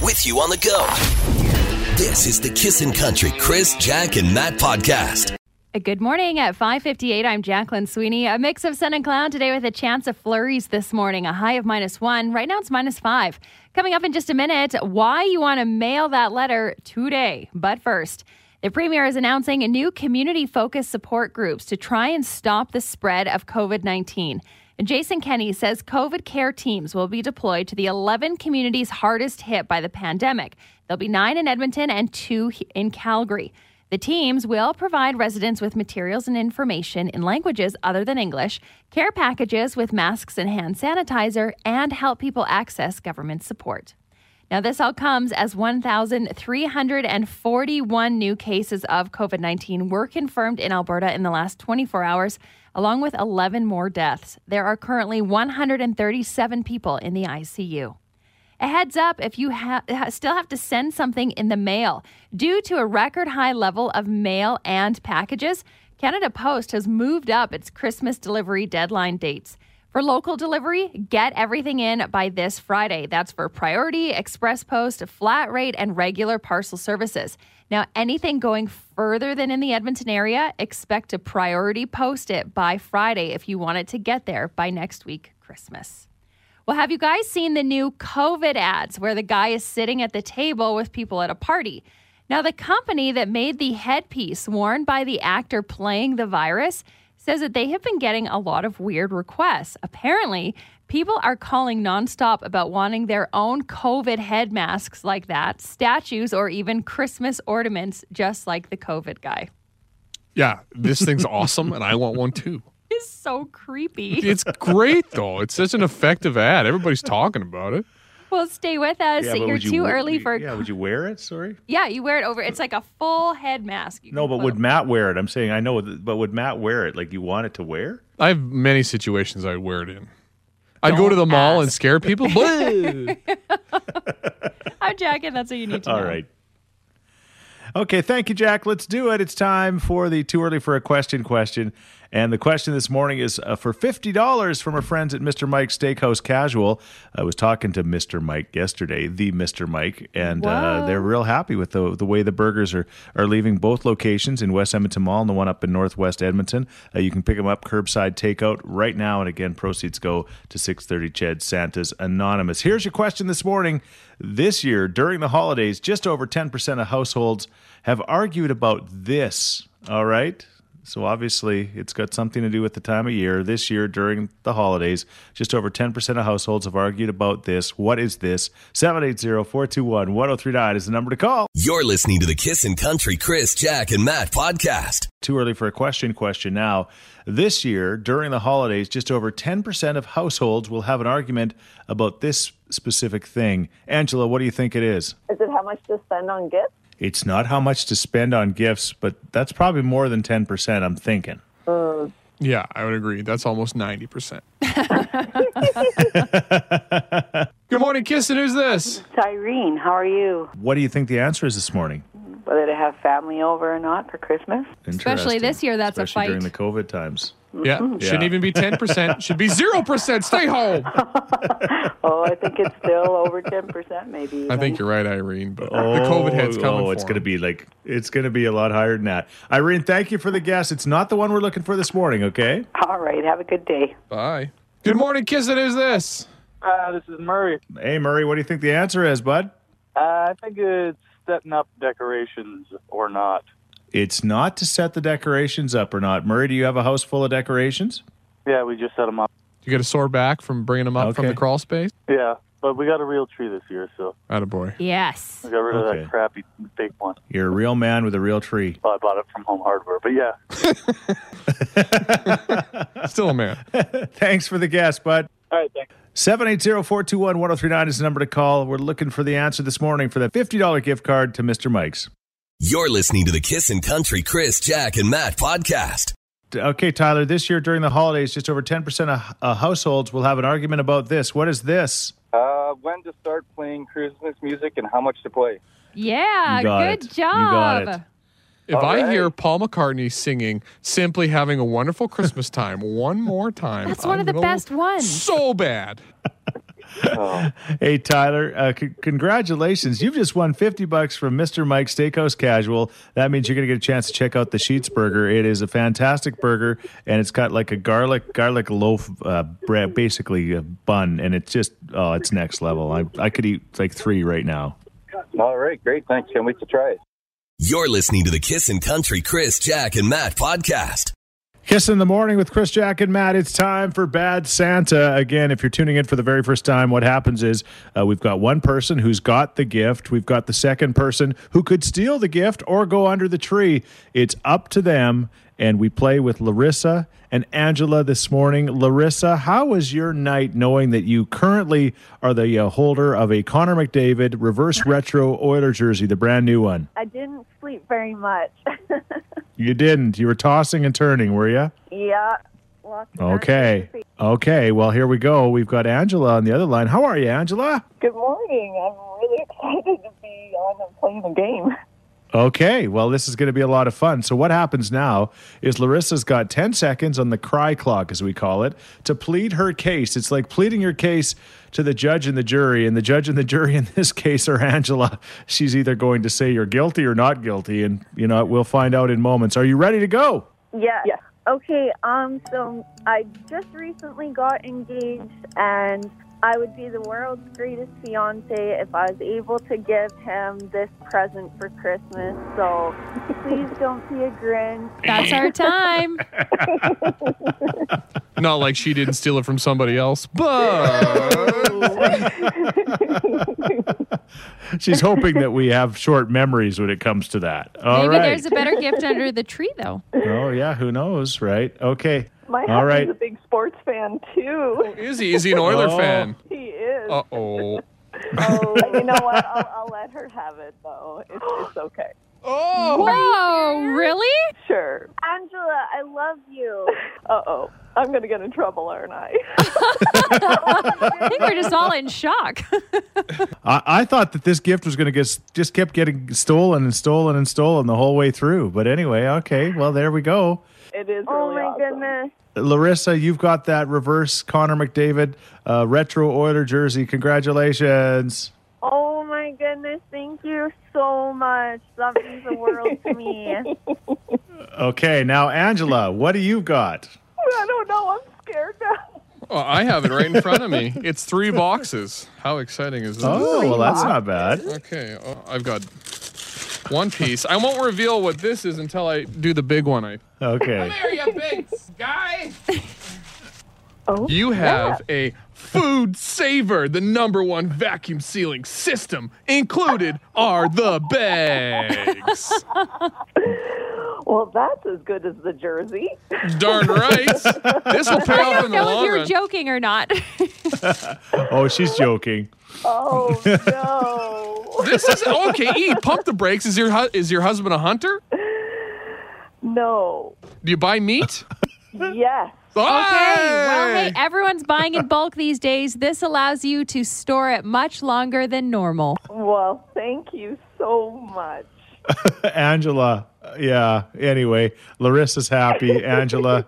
with you on the go. This is the Kissin' Country Chris, Jack, and Matt podcast. Uh, Good morning at 5:58. I'm Jacqueline Sweeney. A mix of sun and cloud today with a chance of flurries this morning. A high of minus 1. Right now it's minus 5. Coming up in just a minute, why you want to mail that letter today. But first, the premier is announcing new community-focused support groups to try and stop the spread of COVID-19. And Jason Kenney says COVID care teams will be deployed to the 11 communities hardest hit by the pandemic. There'll be 9 in Edmonton and 2 he- in Calgary. The teams will provide residents with materials and information in languages other than English, care packages with masks and hand sanitizer, and help people access government support. Now, this all comes as 1,341 new cases of COVID 19 were confirmed in Alberta in the last 24 hours, along with 11 more deaths. There are currently 137 people in the ICU. A heads up if you ha- ha- still have to send something in the mail. Due to a record high level of mail and packages, Canada Post has moved up its Christmas delivery deadline dates. For local delivery, get everything in by this Friday. That's for priority, express post, flat rate, and regular parcel services. Now, anything going further than in the Edmonton area, expect to priority post it by Friday if you want it to get there by next week, Christmas. Well, have you guys seen the new COVID ads where the guy is sitting at the table with people at a party? Now, the company that made the headpiece worn by the actor playing the virus says that they have been getting a lot of weird requests. Apparently, people are calling nonstop about wanting their own COVID head masks like that, statues, or even Christmas ornaments, just like the COVID guy. Yeah, this thing's awesome, and I want one too. It's so creepy. It's great though. It's such an effective ad. Everybody's talking about it. Well, stay with us. Yeah, but You're would you too wear- early for. Yeah, would you wear it? Sorry. Yeah, you wear it over. It's like a full head mask. You No, can but put would on. Matt wear it? I'm saying I know, th- but would Matt wear it? Like you want it to wear? I have many situations I'd wear it in. I'd go to the mall and scare people. Blah. I'm Jacket. That's what you need to All know. right. Okay, thank you, Jack. Let's do it. It's time for the too early for a question question. And the question this morning is uh, for $50 from our friends at Mr. Mike's Steakhouse Casual. I was talking to Mr. Mike yesterday, the Mr. Mike, and uh, Whoa. they're real happy with the, the way the burgers are, are leaving both locations in West Edmonton Mall and the one up in Northwest Edmonton. Uh, you can pick them up curbside takeout right now. And again, proceeds go to 630 Ched Santa's Anonymous. Here's your question this morning. This year, during the holidays, just over 10% of households have argued about this. All right. So obviously, it's got something to do with the time of year. This year, during the holidays, just over 10% of households have argued about this. What is this? 780-421-1039 is the number to call. You're listening to the Kissin' Country Chris, Jack, and Matt podcast. Too early for a question question now. This year, during the holidays, just over 10% of households will have an argument about this specific thing. Angela, what do you think it is? Is it how much to spend on gifts? It's not how much to spend on gifts, but that's probably more than 10%, I'm thinking. yeah, I would agree. That's almost ninety percent. Good morning, Kissin. Who's this? Irene, how are you? What do you think the answer is this morning? Whether to have family over or not for Christmas? Especially this year, that's a Especially during the fight. COVID times. Yeah, Mm-hmm. shouldn't even be ten percent. Should be zero percent. Stay home. Oh, I think it's still over 10%, maybe. I even. think you're right, Irene. But the COVID head's coming. Oh, for it's going to him. be like it's going to be a lot higher than that. Irene, thank you for the guess. It's not the one we're looking for this morning. Okay. All right, have a good day. Bye. Good morning, Kissin. Who's this? Uh, this is Murray. Hey, Murray, what do you think the answer is, bud? Uh, I think it's setting up decorations or not. It's not to set the decorations up or not. Murray, do you have a house full of decorations? Yeah, we just set them up. You get a sore back from bringing them up from Okay. the crawl space? Yeah, but we got a real tree this year, so Attaboy. Yes. we got rid of Okay. that crappy big one. You're a real man with a real tree. Well, I bought it from Home Hardware, but yeah, Still a man. Thanks for the guess, bud. all right, thanks. 780-421-1039 is the number to call. We're looking for the answer this morning for that $50 gift card to Mr. Mike's. You're listening to the Kissin' Country Chris, Jack, and Matt podcast. Okay, Tyler, this year during the holidays, just over 10% of uh, households will have an argument about this. What is this? Uh, when to start playing Christmas music and how much to play. Yeah. You got Good it. You job. got it. If All I right. hear Paul McCartney singing Simply Having a Wonderful Christmas Time one more time, That's one I'm of the gonna best ones. So bad. Hey Tyler, uh, c- congratulations! You've just won fifty bucks from Mister Mike's Steakhouse Casual. That means you're going to get a chance to check out the Sheets Burger. It is a fantastic burger, and it's got like a garlic garlic loaf uh, bread, basically a bun, and it's just oh, it's next level. I I could eat like three right now. All right, great. Thanks. Can't wait to try it. You're listening to the Kissin' Country Chris, Jack, and Matt podcast. Kiss in the morning with Chris Jack and Matt. It's time for Bad Santa. Again, if you're tuning in for the very first time, what happens is uh, we've got one person who's got the gift. We've got the second person who could steal the gift or go under the tree. It's up to them. And we play with Larissa and Angela this morning. Larissa, how was your night knowing that you currently are the uh, holder of a Connor McDavid reverse retro Oiler jersey, the brand new one? I didn't sleep very much. You didn't. You were tossing and turning, were you? yeah. Lots of Okay. anxiety. Okay. Well, here we go. We've got Angela on the other line. How are you, Angela? Good morning. I'm really excited to be on and playing the game. Okay. Well, this is going to be a lot of fun. So, what happens now is Larissa's got 10 seconds on the cry clock, as we call it, to plead her case. It's like pleading your case to the judge and the jury. And the judge and the jury in this case are Angela. She's either going to say you're guilty or not guilty. And, you know, we'll find out in moments. Are you ready to go? Yeah. Yeah. Okay. Um. So I just recently got engaged, and I would be the world's greatest fiance if I was able to give him this present for Christmas. So please don't be a grinch. That's our time. Not like she didn't steal it from somebody else, but She's hoping that we have short memories when it comes to that. All Maybe right. there's a better gift under the tree, though. Oh yeah, who knows, right? Okay. My All husband's right. a big sports fan too. is he? Is he an Oiler Oh. fan? He is. Uh oh. Oh, you know what? I'll, I'll let her have it though. It's, it's okay. Oh. Whoa, really? Sure. Angela, I love you. Uh oh. I'm gonna get in trouble, aren't I? I think we're just all in shock. I, I thought that this gift was going to get s- just kept getting stolen and stolen and stolen the whole way through. But anyway, okay. Well, there we go. It is. oh really my awesome. goodness. Larissa, you've got that reverse Connor McDavid uh, retro Oiler jersey. Congratulations. Oh my goodness. Thank you so much. That means the world to me. Okay, now Angela, what do you got? I don't know. I'm scared now. Oh, I have it right in front of me. It's three boxes. How exciting is this? Oh, well, that's not bad. Okay, oh, I've got one piece. I won't reveal what this is until I do the big one. I Okay. There you big guy. Oh, you have a food saver. The number one vacuum sealing system. Included are the bags. Well, that's as good as the jersey. Darn right. This will pay off in the know if long you're run. joking or not. Oh, she's joking. Oh no. This is okay. E, pump the brakes. Is your hu- is your husband a hunter? No. Do you buy meat? Yes. Okay. Well, Hey! hey, everyone's buying in bulk these days. This allows you to store it much longer than normal. Well, thank you so much. Angela. uh, Yeah. Anyway, Larissa's happy. Angela.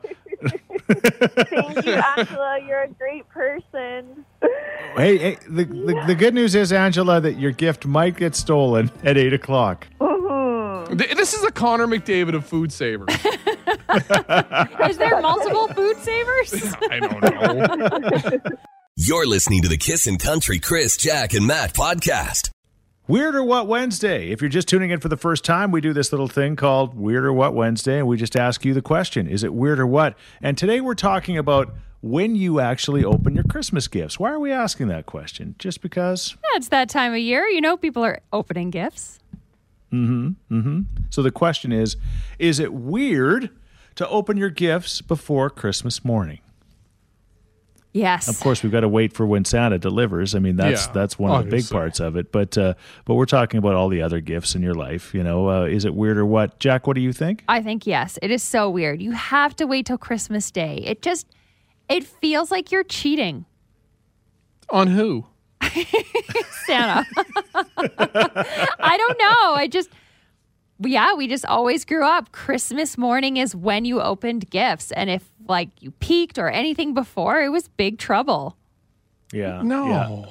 Thank you, Angela. You're a great person. Hey, hey the, the, the good news is, Angela, that your gift might get stolen at 8 o'clock. Th- This is a Connor McDavid of food savers. Is there multiple food savers? I don't know. You're listening to the Kissin' Country Chris, Jack, and Matt podcast. Weird or What Wednesday. If you're just tuning in for the first time, we do this little thing called Weird or What Wednesday, and we just ask you the question Is it weird or what? And today we're talking about when you actually open your Christmas gifts. Why are we asking that question? Just because? Yeah, it's that time of year. You know, people are opening gifts. So the question is Is it weird to open your gifts before Christmas morning? Yes. Of course, we've got to wait for when Santa delivers. I mean, that's Yeah, that's one of the big obviously. parts of it. But uh, but we're talking about all the other gifts in your life. You know, uh, is it weird or what? Jack, what do you think? I think yes. It is so weird. You have to wait till Christmas Day. It just it feels like you're cheating, On who? Santa. I don't know. I just yeah, we just always grew up. Christmas morning is when you opened gifts and if like you peeked or anything before, it was big trouble. Yeah. No. Yeah.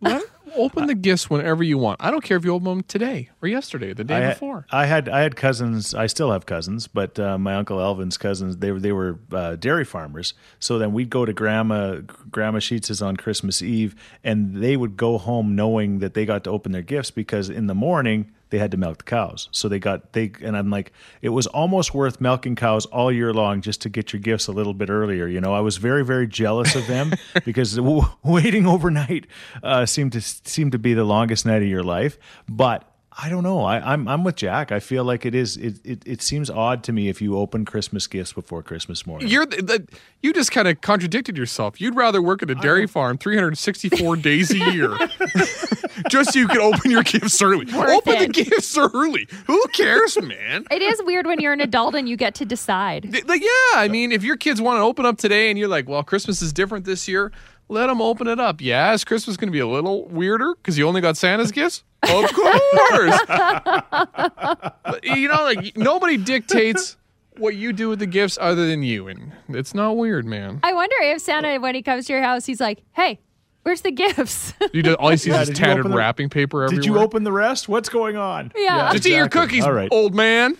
Let, open the gifts whenever you want. I don't care if you open them today or yesterday or the day I, before. I had I had cousins. I still have cousins, but uh, my uncle Elvin's cousins they were they were uh, dairy farmers. So then we'd go to grandma grandma Sheets's on Christmas Eve, and they would go home knowing that they got to open their gifts because in the morning they had to milk the cows. So they got they and I'm like it was almost worth milking cows all year long just to get your gifts a little bit earlier. You know, I was very very jealous of them because w- waiting overnight uh, seemed to seemed to be the longest night of your life, but I don't know. I, I'm I'm with Jack. I feel like it is. It, it it seems odd to me if you open Christmas gifts before Christmas morning. You're the, the, you just kind of contradicted yourself. You'd rather work at a dairy farm 364 days a year just so you could open your gifts early. Worth open it. the gifts early. Who cares, man? It is weird when you're an adult and you get to decide. Th- Like, yeah, I mean, if your kids want to open up today and you're like, well, Christmas is different this year, let them open it up. Yeah, is Christmas going to be a little weirder because you only got Santa's gifts? Of course. But, you know, like, nobody dictates what you do with the gifts other than you. And it's not weird, man. I wonder if Santa, when he comes to your house, he's like, "Hey, where's the gifts?" You do, all he sees Yeah, is did you tattered open the- wrapping paper everywhere. Did you open the rest? What's going on? yeah. Just eat your Exactly. cookies, Oh. All right. old man.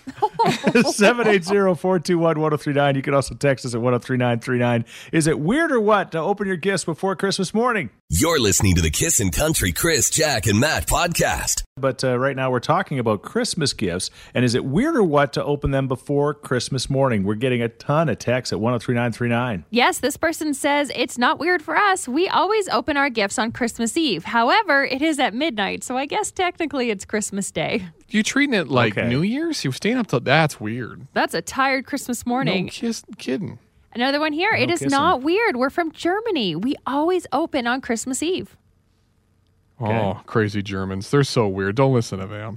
780-421-1039. You can also text us at 103939. Is it weird or what to open your gifts before Christmas morning? You're listening to the Kissin' Country Chris, Jack, and Matt podcast. But uh, right now we're talking about Christmas gifts, and is it weird or what to open them before Christmas morning? We're getting a ton of texts at 103939. Yes, this person says it's not weird for us. We always open our gifts on Christmas Eve. However, it is at midnight, so I guess technically it's Christmas Day. You treating it like Okay. New Year's? You were staying up till that's weird. That's a tired Christmas morning. No kiss, kidding. Another one here. it is kissing. not weird. We're from Germany. We always open on Christmas Eve. Oh, crazy Germans. They're so weird. Don't listen to them.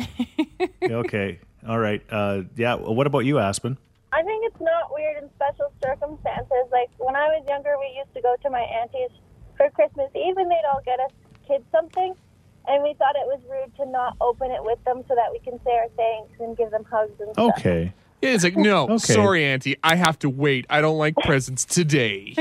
okay. All right. Uh, yeah. well, What about you, Aspen? I think it's not weird in special circumstances. Like when I was younger, we used to go to my auntie's for Christmas Eve, and they'd all get us kids something, and we thought it was rude to not open it with them so that we can say our thanks and give them hugs and stuff. Okay. Yeah, it's like, no, Okay. sorry, Auntie. I have to wait. I don't like presents today.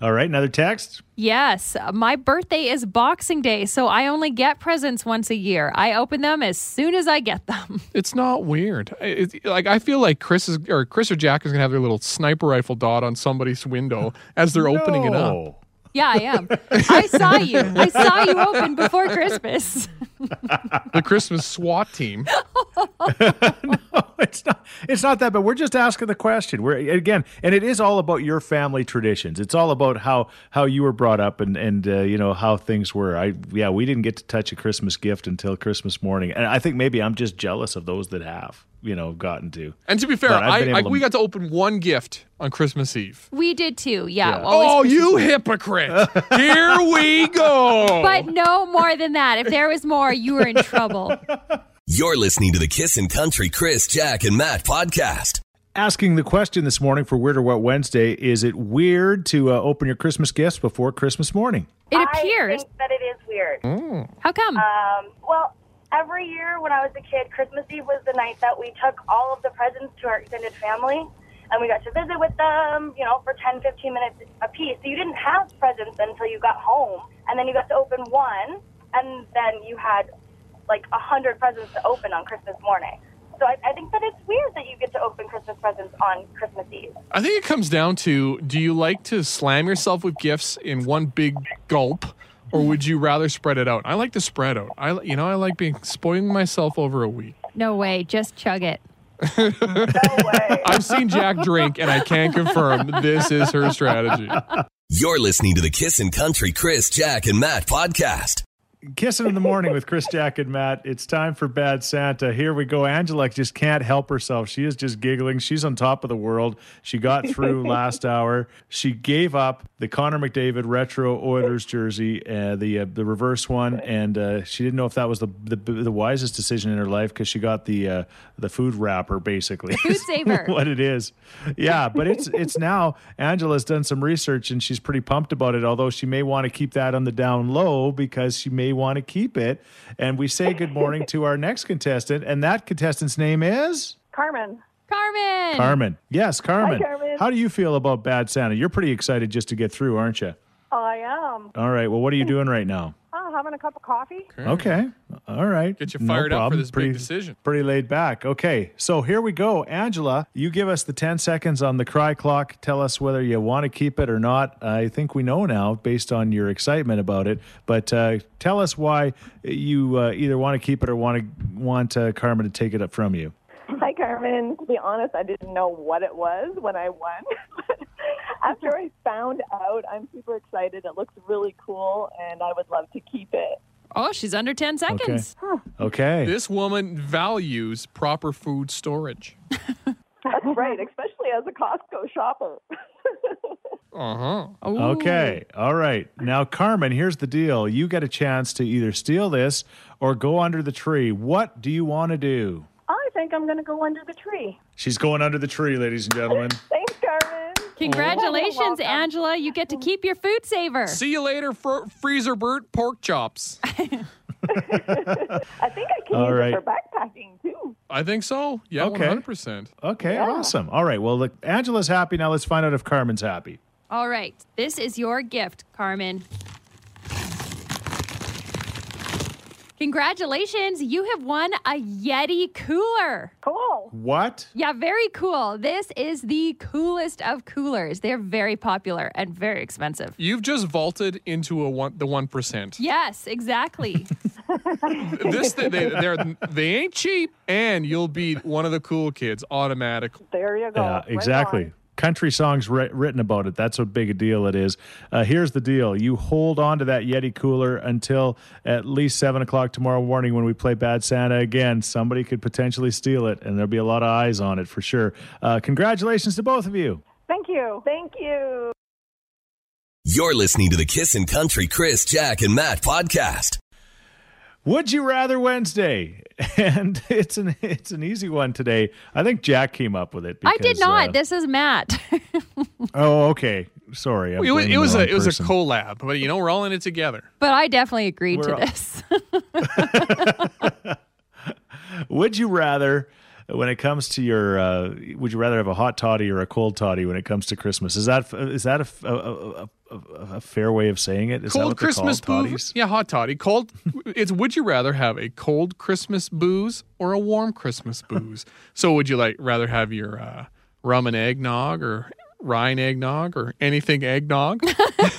All right. Another text. Yes, my birthday is Boxing Day, so I only get presents once a year. I open them as soon as I get them. It's not weird. I- It's, like I feel like Chris is or Chris or Jack is gonna have their little sniper rifle dot on somebody's window as they're opening it up. No. Yeah, I am. I saw you. I saw you open before Christmas. The Christmas SWAT team. Oh, it's not it's not that but we're just asking the question we're again and it is all about your family traditions it's all about how how you were brought up and and uh, you know how things were i yeah we didn't get to touch a christmas gift until christmas morning and i think maybe i'm just jealous of those that have you know gotten to And to be fair, But I've I, been I, able to- we got to open one gift on Christmas Eve. We did too. Yeah. always Oh, Christmas you Eve. hypocrite! Here we go. But no more than that. If there was more, you were in trouble. You're listening to the Kissin' Country Chris, Jack, and Matt podcast. asking the question this morning for weird or what wednesday is it weird to uh, open your christmas gifts before christmas morning It I appears. think that it is weird. How come? Um, well, every year when I was a kid, Christmas Eve was the night that we took all of the presents to our extended family and we got to visit with them, you know, for 10, 15 minutes apiece. So you didn't have presents until you got home, and then you got to open one, and then you had like a 100 presents to open on Christmas morning. So I, I think that it's weird that you get to open Christmas presents on Christmas Eve. I think it comes down to do you like to slam yourself with gifts in one big gulp or would you rather spread it out? I like to spread out. I li- you know I like being spoiling myself over a week. no way. Just chug it. No way. I've seen Jack drink and I can confirm this is her strategy. You're listening to the Kissin' Country Chris, Jack, and Matt podcast. Kissing in the morning with Chris Jack and Matt. It's time for Bad Santa. Here we go. Angela just can't help herself. She is just giggling. She's on top of the world. She got through last hour. She gave up the Connor McDavid retro Oilers jersey, uh, the uh, the reverse one, and uh, she didn't know if that was the the, the wisest decision in her life because she got the uh, the food wrapper basically. Food saver. what it is. Yeah, but it's it's now Angela's done some research and she's pretty pumped about it, although she may want to keep that on the down low because she may want to keep it. And we say good morning to our next contestant, and that contestant's name is Carmen. Carmen. Carmen. Yes, Carmen. Carmen. How do you feel about Bad Santa? You're pretty excited just to get through, aren't you? I am. All right. Well, what are you doing right now? Oh, having a cup of coffee. Okay. All right. Get you fired up for problem. this big decision. Pretty laid back. Okay. So here we go. Angela, you give us the 10 seconds on the cry clock. Tell us whether you want to keep it or not. I think we know now based on your excitement about it. But uh, tell us why you uh, either want to keep it or want to want uh, Carmen to take it up from you. Hi, Carmen. To be honest, I didn't know what it was when I won. After I found out, I'm super excited. It looks really cool, and I would love to keep it. Oh, she's under 10 seconds. Okay. This woman values proper food storage. That's right, especially as a Costco shopper. Uh huh. Ooh. Okay. All right. Now, Carmen, here's the deal. You get a chance to either steal this or go under the tree. What do you want to do? I think I'm going to go under the tree. She's going under the tree, ladies and gentlemen. Thanks, Carmen. Congratulations, Angela. You get to keep your food saver. See you later, fro- freezer Bert pork chops. I think I can All use right. it for backpacking too. I think so. Yeah, Okay. 100%. Okay. Awesome. All right. Well, look, Angela's happy. Now let's find out if Carmen's happy. All right. This is your gift, Carmen. Congratulations. You have won a Yeti cooler. Cool. What? Yeah, very cool. This is the coolest of coolers. They're very popular and very expensive. You've just vaulted into a one, the 1%. Yes, exactly. this thing, they, they're, they ain't cheap, and you'll be one of the cool kids automatically. There you go. Yeah, Right exactly. on. Country songs wri- written about it. That's how big a deal it is. Uh, here's the deal you hold on to that Yeti cooler until at least 7 o'clock tomorrow morning when we play Bad Santa again. Somebody could potentially steal it, and there'll be a lot of eyes on it for sure. Uh, congratulations to both of you. Thank you. Thank you. You're listening to the Kissin' Country Chris, Jack, and Matt podcast. Would you rather Wednesday? And it's an it's an easy one today. I think Jack came up with it. I did because, not. uh, this is Matt. oh, okay. Sorry. I'm It was, blaming it the was a wrong it was a person. collab, but you know we're all in it together. but I definitely agreed We're to all- this. Would you rather, when it comes to your, uh, would you rather have a hot toddy or a cold toddy when it comes to Christmas? Is that is that a, a, a, a, a fair way of saying it? Is that cold what they're Christmas called, booze. toddies? Yeah, hot toddy. Cold. it's would you rather have a cold Christmas booze or a warm Christmas booze? so would you like rather have your uh, rum and eggnog or Rhine eggnog or anything eggnog,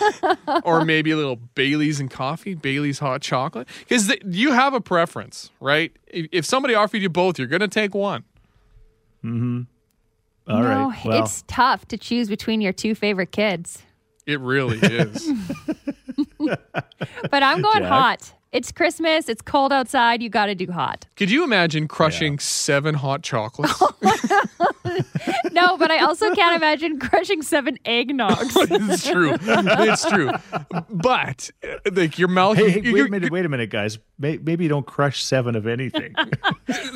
or maybe a little Bailey's and coffee, Bailey's hot chocolate? Because you have a preference, right? If, if somebody offered you both, you're gonna take one. All right. no, Well, it's tough to choose between your two favorite kids. It really is. But I'm going Jack? hot. It's Christmas. It's cold outside. You got to do hot. Could you imagine crushing seven hot chocolates? No, but I also can't imagine crushing seven eggnogs. it's true. It's true. But uh, like your mouth, hey, hey, you- wait you- a minute, wait a minute, guys. May, maybe don't crush seven of anything.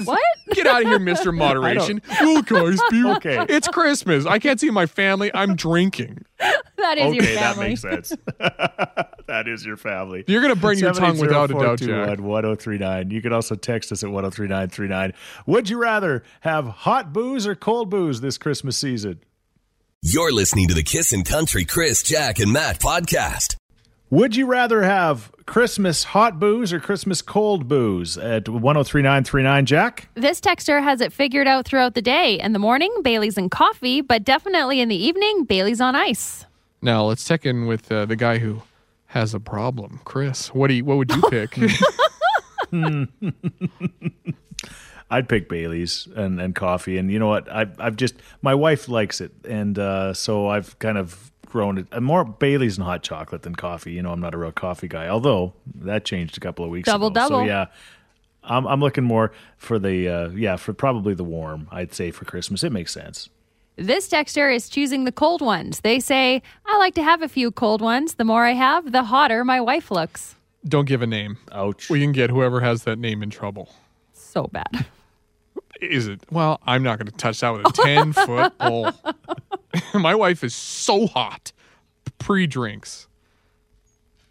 what? get out of here, Mister Moderation. Oh, guys, be Okay. It's Christmas. I can't see my family. I'm drinking. That is your okay, that family. makes sense. that is your family. You're gonna burn your tongue without a doubt, Jack. 780-421-1039. You can also text us at 103939. Would you rather have hot booze or cold booze this Christmas season? You're listening to the Kissin' Country Chris, Jack, and Matt podcast. Would you rather have Christmas hot booze or Christmas cold booze at 103939 Jack? This texter has it figured out throughout the day. In the morning, Bailey's and coffee, but definitely in the evening, Bailey's on ice. Now let's check in with uh, the guy who has a problem, Chris. What do you, what would you pick? Mm. I'd pick Bailey's and, and coffee. And you know what? I've, I've just, my wife likes it. And uh, so I've kind of grown it. I'm more Bailey's and hot chocolate than coffee. You know, I'm not a real coffee guy, although that changed a couple of weeks Double, ago. So double. yeah. I'm, I'm looking more for the, uh, yeah, for probably the warm, I'd say for Christmas. It makes sense. This texter is choosing the cold ones. They say, I like to have a few cold ones. The more I have, the hotter my wife looks. Don't give a name. Ouch. We can get whoever has that name in trouble. So bad. Is it? Well, I'm not going to touch that with a ten foot pole. my wife is so hot. Pre drinks.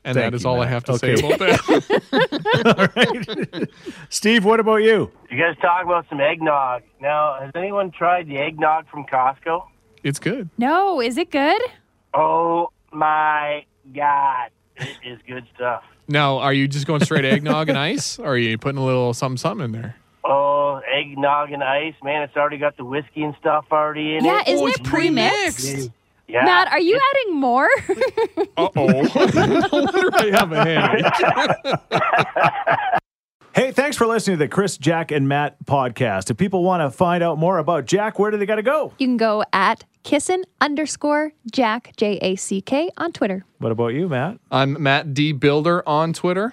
And Thank that is you, all I Matt. have to Okay. say about that. All right. Steve, what about you? You guys talk about some eggnog. Now, has anyone tried the eggnog from Costco? it's good. No, is it good? Oh my God. It is good stuff. Now, are you just going straight eggnog and ice? Or are you putting a little something something in there? Oh, eggnog and ice. Man, it's already got the whiskey and stuff already in Yeah, it. isn't it pre-mixed? Yeah. Matt, are you adding more? Uh oh. I have a headache. Hey, thanks for listening to the Chris, Jack, and Matt podcast. If people want to find out more about Jack, where do they got to go? you can go at kissin underscore Jack J A C K on Twitter. What about you, Matt? I'm Matt D. Builder on Twitter.